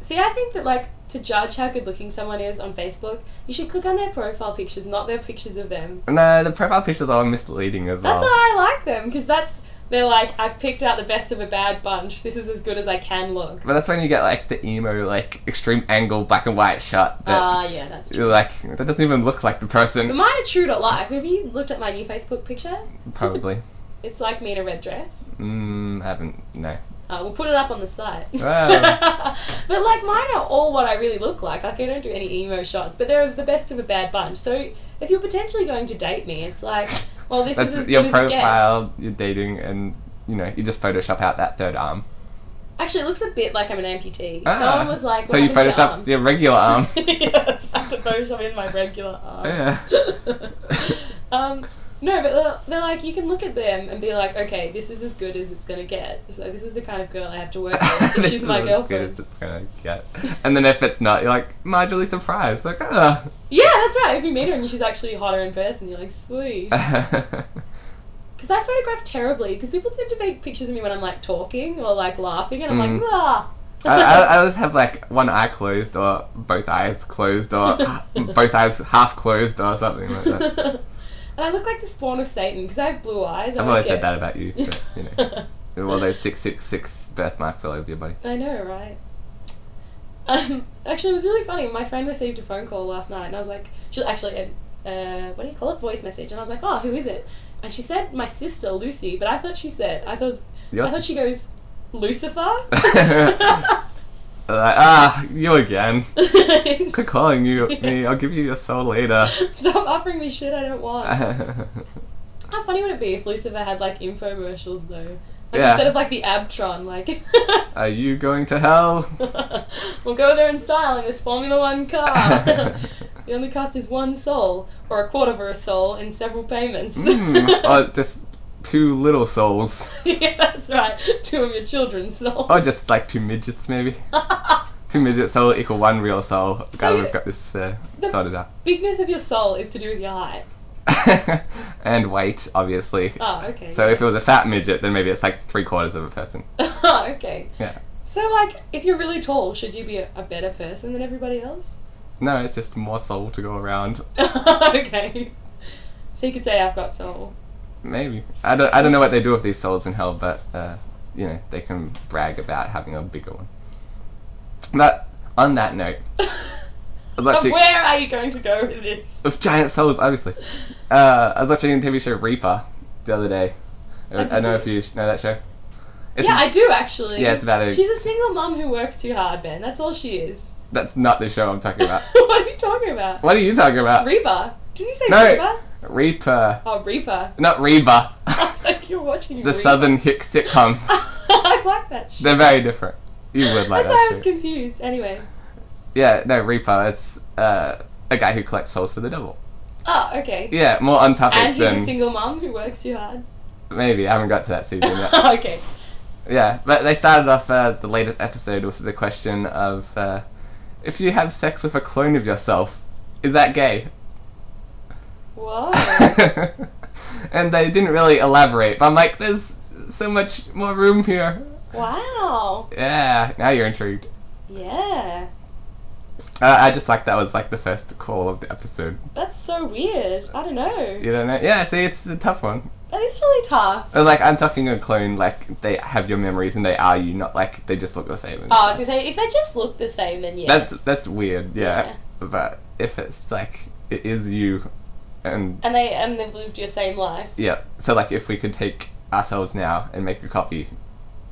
B: See, I think that like to judge how good looking someone is on Facebook, you should click on their profile pictures, not their pictures of them.
A: No, the profile pictures are misleading as well.
B: That's why I like them because that's they're like I've picked out the best of a bad bunch. This is as good as I can look.
A: But that's when you get like the emo, like extreme angle black and white shot that
B: Ah, yeah, that's true.
A: you're like, that doesn't even look like the
B: But
A: person.
B: mine are true to life. Have you looked at my new Facebook picture? It's just a-
A: Probably.
B: it's like me in a red dress.
A: Mm, I haven't, no.
B: Uh, we'll put it up on the site.
A: Wow.
B: but like mine are all what I really look like. Like I don't do any emo shots, but they're the best of a bad bunch. So if you're potentially going to date me, it's like, well, this
A: That's
B: is as
A: your
B: good as it gets.
A: profile, you're dating, and you know, you just Photoshop out that third arm.
B: Actually, it looks a bit like I'm an amputee.
A: Ah.
B: Someone was like,
A: so you
B: Photoshop.
A: Photoshop your regular arm.
B: yeah, that's right. to Photoshop in my regular art.
A: Yeah.
B: um, no, but they're, they're like, you can look at them and be like, okay, this is as good as it's going to get. So this is the kind of girl I have to work with. if
A: This is
B: she's my
A: as good
B: girlfriend.
A: as it's gonna get. And then if it's not, you're like marginally surprised. Like, ah.
B: Yeah, that's right. If you meet her and she's actually hotter in person, you're like, sweet.
A: Uh. ah.
B: Because I photograph terribly. Because people tend to make pictures of me when I'm like talking or like laughing, and I'm
A: Mm.
B: like, ah.
A: I, I, I always have like one eye closed or both eyes closed or both eyes half closed or something like that.
B: and I look like the spawn of Satan because I have blue eyes. I
A: I've always
B: get...
A: said that about you, but, you know, all those six six six birthmarks all over your body.
B: I know, right? Um, actually, it was really funny. My friend received a phone call last night, and I was like, she was actually, a, uh, what do you call it, voice message? And I was like, oh, who is it? And she said my sister Lucy, but I thought she said, I thought,
A: You're
B: I thought she goes Lucifer.
A: like, ah, you again. Quit calling you me. I'll give you your soul later.
B: Stop offering me shit I don't want.
A: Uh-huh. yeah,
B: How funny would it be if Lucifer had like infomercials though? Like
A: Yeah.
B: instead of like the Abtron, like
A: are you going to hell?
B: we'll go there in style in this Formula One car. the only cost is one soul, or a quarter of a soul in several payments.
A: Mm, or just two little souls,
B: yeah, that's right. Two of your children's souls.
A: or just like two midgets maybe. Two midget soul equal one real soul. Glad
B: you-
A: we've got this uh,
B: The-
A: sorted out.
B: Bigness of your soul is to do with your height.
A: and weight, obviously.
B: Oh, okay.
A: So if it was a fat midget, then maybe it's like three quarters of a person.
B: oh, okay.
A: Yeah.
B: So like, if you're really tall, should you be a, a better person than everybody else?
A: No, it's just more soul to go around.
B: okay. So you could say I've got soul.
A: Maybe. I don't, I don't know what they do with these souls in hell, but, uh, you know, they can brag about having a bigger one. But on that note, I was
B: But
A: watching.
B: where are you going to go with this?
A: Of giant souls, obviously. Uh, I was watching the TV show Reaper the other day. I,
B: That's
A: I don't know
B: a
A: if you know that show. It's
B: yeah, I do actually.
A: yeah, it's about a-
B: She's a single mum who works too hard, Ben. That's all she is.
A: That's not the show I'm talking about.
B: what are you talking about?
A: what are you talking about?
B: Reba. Did you say
A: No.
B: Reba?
A: Reaper.
B: Oh, Reba.
A: Not Reba.
B: I was like, you're watching
A: the
B: Reba.
A: Southern Hick sitcom.
B: I like that shit.
A: They're very different. You would like
B: That's
A: that
B: why I was
A: show.
B: confused. Anyway.
A: Yeah, no, Reaper. It's uh, a guy who collects souls for the devil.
B: Oh, okay.
A: Yeah, more on topic
B: And he's
A: than
B: a single mum who works too hard.
A: maybe. I haven't got to that season yet.
B: okay.
A: yeah, but they started off uh, the latest episode with the question of uh, if you have sex with a clone of yourself, is that gay?
B: Whoa.
A: and they didn't really elaborate. But I'm like, there's so much more room here.
B: wow.
A: Yeah, now you're intrigued.
B: Yeah.
A: Uh, I just like that was like the first call of the episode.
B: That's so weird. I don't know.
A: You don't know? Yeah, see, it's a tough one.
B: That is really tough.
A: Or, Like I'm talking a clone, like they have your memories and they are you, not like they just look the same. and
B: Oh, I
A: stuff.
B: was gonna say if they just look the same, then yes.
A: that's that's weird, yeah.
B: Yeah.
A: But if it's like it is you, and
B: and they and they've lived your same life.
A: yeah, so like if we could take ourselves now and make a copy,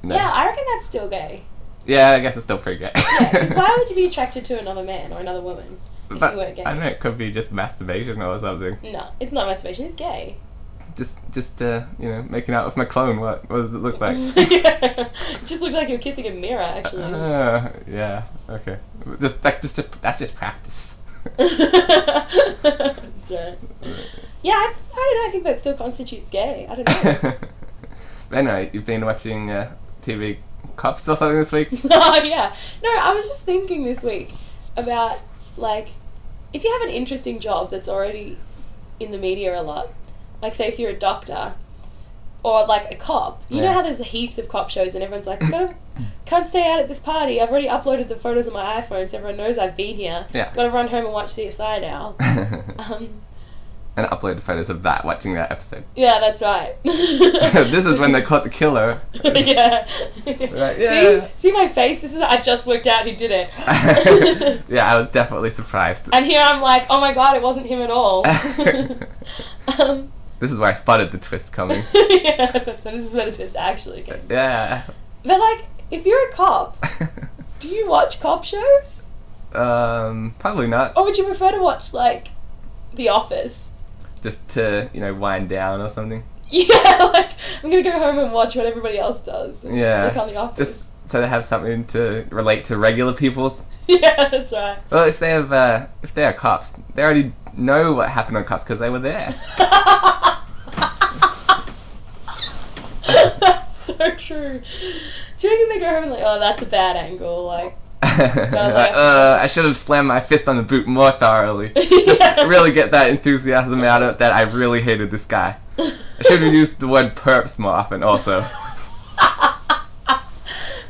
A: no.
B: Yeah, I reckon that's still gay.
A: Yeah, I guess it's still pretty gay.
B: Because why would you be attracted to another man or another woman if
A: but
B: you weren't gay?
A: I don't know. It could be just masturbation or something.
B: No, it's not masturbation. It's gay.
A: Just just uh, you know making out with my clone. What what does it look like?
B: it just looked like you were kissing a mirror, actually.
A: Uh, yeah. Okay. Just like just that's just practice.
B: That's right. Yeah, I, I don't know. I think that still constitutes gay. I don't know.
A: anyway, you've been watching uh, TV Cops or something this week?
B: oh yeah. No, I was just thinking this week about like if you have an interesting job that's already in the media a lot, like say if you're a doctor or like a cop, you know
A: Yeah.
B: how there's heaps of cop shows and everyone's like, gotta can't stay out at this party. I've already uploaded the photos on my iPhone, so everyone knows I've been here.
A: Yeah.
B: Gotta run home and watch CSI now.
A: and
B: Um,
A: uploaded photos of that watching that episode.
B: yeah, that's right.
A: this is when they caught the killer.
B: yeah.
A: Right, yeah.
B: See, see my face. This is I just worked out who did it.
A: yeah, I was definitely surprised.
B: And here I'm like, oh my god, it wasn't him at all. um,
A: this is where I spotted the twist coming.
B: yeah, that's, this is where the twist actually came.
A: Yeah.
B: But like, if you're a cop, do you watch cop shows?
A: um, probably not.
B: Or would you prefer to watch like The Office?
A: Just to you know wind down or something.
B: Yeah, like I'm gonna go home and watch what everybody else does. and just
A: Yeah.
B: Click on The Office.
A: Just so they have something to relate to regular people's.
B: yeah, that's right.
A: Well, if they have, uh, if they are cops, they already know what happened on cops because they were there.
B: that's so true. Do you reckon they go home and like, oh, that's a bad angle? Like,
A: like, uh, I should have slammed my fist on the boot more thoroughly. Just
B: Yeah.
A: really get that enthusiasm out of it that I really hated this guy. I should have used the word perps more often also.
B: I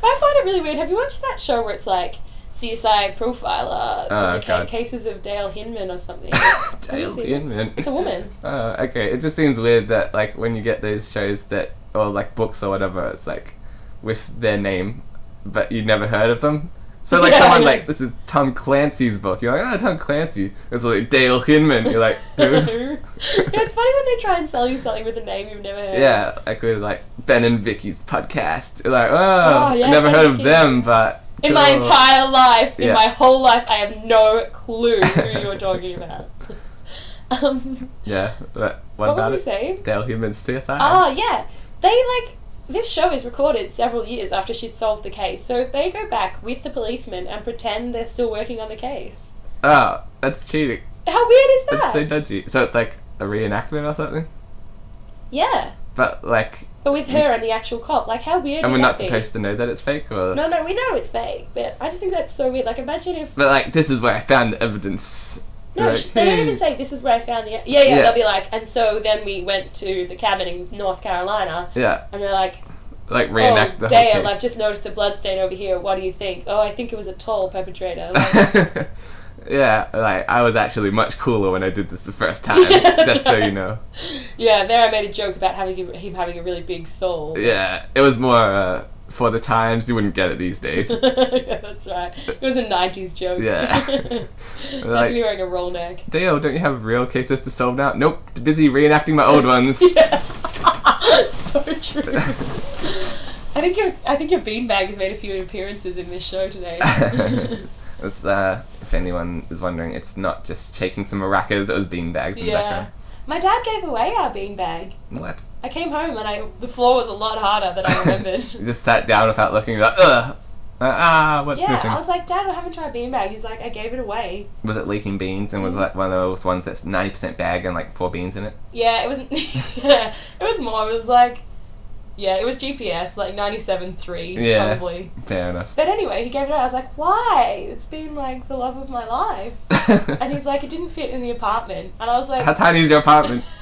B: find it really weird. Have you watched that show where it's like CSI profiler,
A: Oh,
B: the ca-
A: God.
B: cases of Dale Hinman or something?
A: Dale
B: Crazy.
A: Inman.
B: it's a woman.
A: Oh, okay. It just seems weird that like when you get those shows that or like books or whatever, it's like with their name, but you never heard of them. So like
B: Yeah, I
A: someone
B: know.
A: like this is Tom Clancy's book. You're like, oh Tom Clancy. It's like Dale Hinman. You're like, who?
B: yeah, it's funny when they try and sell you something with a name you've never heard.
A: yeah, like with like Ben and Vicky's podcast. You're like, oh,
B: Oh, yeah,
A: I never
B: Ben
A: heard
B: and
A: of
B: Vicky.
A: them, but
B: In my
A: cool.
B: entire life, in
A: Yeah.
B: my whole life, I have no clue who you're talking about. um,
A: yeah. But what,
B: what
A: about
B: were we
A: it?
B: saying?
A: Dale Hinman's CSI.
B: Ah, yeah. They like this show is recorded several years after she's solved the case, so they go back with the policeman and pretend they're still working on the case.
A: oh, that's cheating.
B: How weird is that?
A: That's so dodgy. So it's like a reenactment or something.
B: yeah,
A: But like
B: but with her and the actual cop, like how weird.
A: And we're
B: would
A: not
B: that be?
A: supposed to know that it's fake, or
B: No, no, we know it's fake, but I just think that's so weird. Like, imagine if
A: but like this is where I found the evidence.
B: No,
A: Like,
B: sh they don't even
A: "Hey."
B: say this is where I found the. Yeah, yeah,
A: Hmm. Yeah.
B: They'll be like, and so then we went to the cabin in North Carolina,
A: Yeah,
B: and they're like,
A: like
B: oh,
A: reenact the
B: Dale,
A: whole
B: I've
A: case.
B: just noticed a blood stain over here. What do you think? Oh, I think it was a toll perpetrator. Like,
A: yeah, like I was actually much cooler when I did this the first time.
B: Yeah, that's
A: just so
B: right.
A: you know.
B: yeah, there I made a joke about having him, him having a really big soul.
A: Yeah, it was more uh, for the times. You wouldn't get it these days.
B: Yeah, that's right. It was a '90s joke.
A: Yeah.
B: Imagine
A: Like-
B: me wearing a roll neck.
A: Dale, don't you have real cases to solve now? Nope, busy reenacting my old ones.
B: Yeah. so true. I think your I think your beanbag has made a few appearances in this show today.
A: It's, uh, if anyone is wondering, it's not just shaking some maracas. It was beanbags in
B: Yeah. My dad gave away our beanbag.
A: the background. What?
B: I came home and I the floor was a lot harder than I remembered.
A: You just sat down without looking. Like, ugh, uh, ah, what's
B: yeah,
A: missing?
B: I
A: Was...
B: was like, Dad, what happened to our beanbag? He's like, I gave it away.
A: it leaking beans?
B: Mm.
A: And was like one of those ones that's ninety percent bag and like four beans in it?
B: Yeah, it wasn't. yeah, it was more. It was like, yeah, it was GPS, like ninety-seven three,
A: Yeah.
B: probably.
A: Fair enough.
B: But anyway, he gave it out. I was like, why? It's been like the love of my life. And he's like, it didn't fit in the apartment. And I was like,
A: How tiny is your apartment?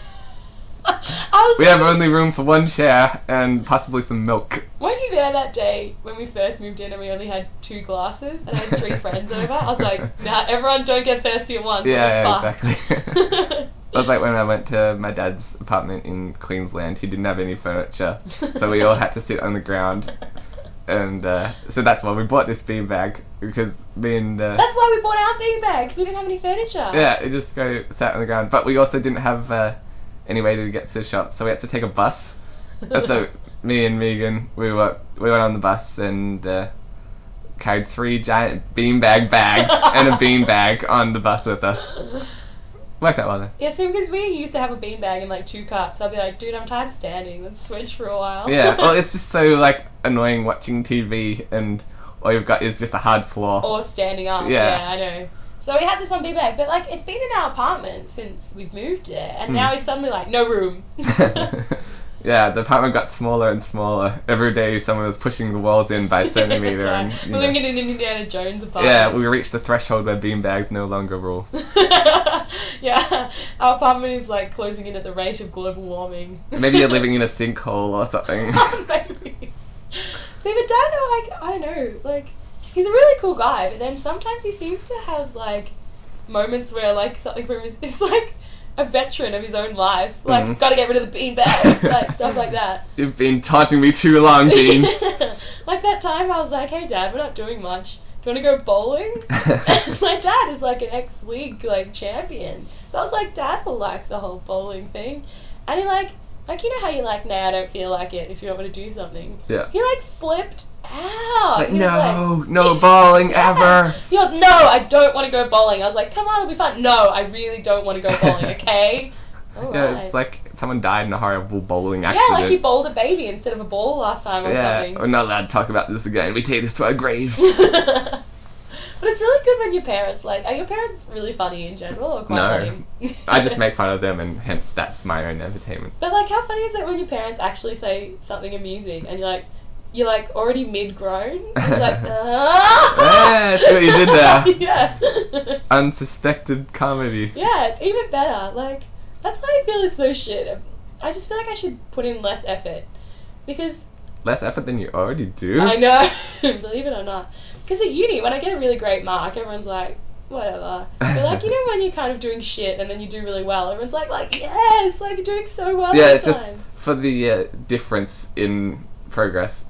B: I was
A: We
B: like,
A: have only room for one chair and possibly some milk.
B: Weren't you there that day when we first moved in and we only had two glasses and I had three friends over? I was like, nah, everyone don't get thirsty at once. I'm
A: Yeah, yeah,
B: like,
A: exactly.
B: "Fuck."
A: It was like when I went to my dad's apartment in Queensland. He didn't have any furniture, so we all had to sit on the ground. And uh, so that's why we bought this beanbag because me and uh,
B: That's why we bought our beanbag because we didn't have any furniture.
A: Yeah, it just go sat on the ground. But we also didn't have uh, any way to get to the shop, so we had to take a bus. And so me and Megan, we were we went on the bus and uh, carried three giant beanbag bags and a beanbag on the bus with us. Worked out well then.
B: Yeah, see, because we used to have a beanbag and like two cups. I'd be like, dude, I'm tired of standing. Let's switch for a while.
A: Yeah. Well, it's just so like annoying watching TV and all you've got is just a hard floor.
B: or standing up.
A: Yeah.
B: I know. So we had this one beanbag, but like it's been in our apartment since we've moved there,
A: Hmm.
B: and now it's suddenly like no room. Oh.
A: yeah, the apartment got smaller and smaller. Every day someone was pushing the walls in by a centimeter.
B: Sorry.
A: and, you
B: We're
A: know.
B: living in an Indiana Jones apartment.
A: Yeah, we reached the threshold where beanbags no longer rule.
B: yeah, our apartment is like closing in at the rate of global warming.
A: Maybe you're living in a sinkhole or something.
B: Maybe. See, but Dad, though, like I don't know, like he's a really cool guy, but then sometimes he seems to have like moments where like something from his is like a veteran of his own life, like
A: Mhm.
B: got to get rid of the beanbag, like stuff like that.
A: You've been taunting me too long, Beans.
B: like that time, I was like, "Hey, Dad, we're not doing much. Do you want to go bowling?" And my dad is like an ex league like champion. So I was like, Dad will like the whole bowling thing. And he like like you know how you like, nah, I don't feel like it if you don't want to do something.
A: Yeah.
B: He like flipped out.
A: Like,
B: He was
A: no, no bowling ever.
B: He goes, No, I don't want to go bowling. I was like, Come on, it'll be fun. No, I really don't want to go bowling, okay? Alright.
A: Yeah, it's like someone died in a horrible bowling accident.
B: Yeah, like you bowled a baby instead of a ball last time or
A: yeah, Oh,
B: something.
A: we're not allowed to talk about this again. We take this to our graves.
B: but it's really good when your parents like. Are your parents really funny in general or quite
A: No.
B: funny?
A: I just make fun of them, and hence that's my own entertainment.
B: But like, how funny is it when your parents actually say something amusing and you're like, you're like already mid grown. It's like, ah.
A: Yeah, see what you did there.
B: yeah.
A: Unsuspected comedy.
B: yeah, it's even better. Like, that's why I feel is so shit. I just feel like I should put in less effort because
A: Less effort than you already do.
B: I know, believe it or not. Because at uni, when I get a really great mark, everyone's like, whatever. But like, you know, when you're kind of doing shit and then you do really well, everyone's like, like yes, like you're doing so well.
A: yeah, it's
B: this
A: just
B: time.
A: for the uh, difference in progress.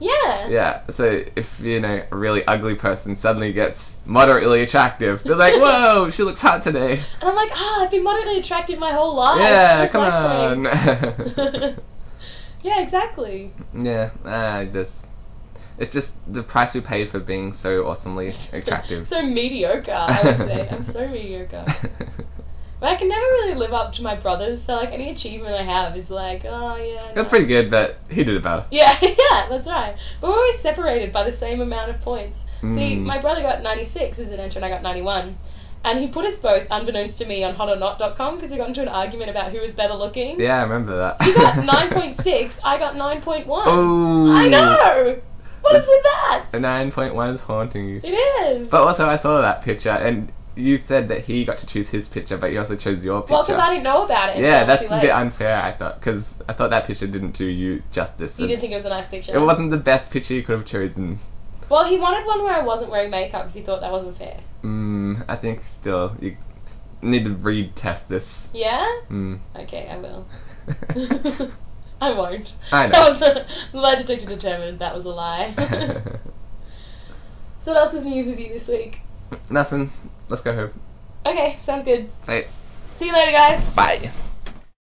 B: yeah,
A: Yeah, so if you know a really ugly person suddenly gets moderately attractive, they're like, "Whoa, she looks hot today."
B: And I'm like, ah, I've been moderately attractive my whole life.
A: yeah,
B: That's
A: come
B: Oh, my
A: on.
B: praise. yeah, exactly.
A: yeah, uh, just it's just the price we pay for being so awesomely attractive.
B: so mediocre, I would say. I'm so mediocre. But I can never really live up to my brothers, so like any achievement I have is like, oh yeah.
A: That's
B: nice.
A: pretty good, but he did it better.
B: Yeah, yeah, that's right. But we're always separated by the same amount of points. See,
A: Mm.
B: my brother got 96 as an enter and I got 91. And he put us both, unbeknownst to me, on hotornot.com because we got into an argument about who was better looking.
A: Yeah, I remember that.
B: He got 9.6, I got 9.1.
A: Oh,
B: I know! What is with that?
A: Nine point one is haunting you.
B: It is.
A: But also, I saw that picture, and you said that he got to choose his picture, but you also chose your picture.
B: well, because I didn't know about it. Until
A: Yeah, that's
B: too
A: a
B: late.
A: bit unfair, I thought, because I thought that picture didn't do you justice.
B: You didn't
A: It's-
B: think it was a nice picture.
A: It wasn't the best picture you could have chosen.
B: Well, he wanted one where I wasn't wearing makeup because he thought that wasn't fair.
A: Mm, I think still you need to retest this.
B: Yeah?
A: Mm.
B: Okay, I will. I won't.
A: I
B: That
A: know.
B: was a, the lie detector determined that was a lie. so what else is news with you this week?
A: Nothing. Let's go home.
B: Okay, sounds good.
A: Say it.
B: See you later, guys.
A: Bye.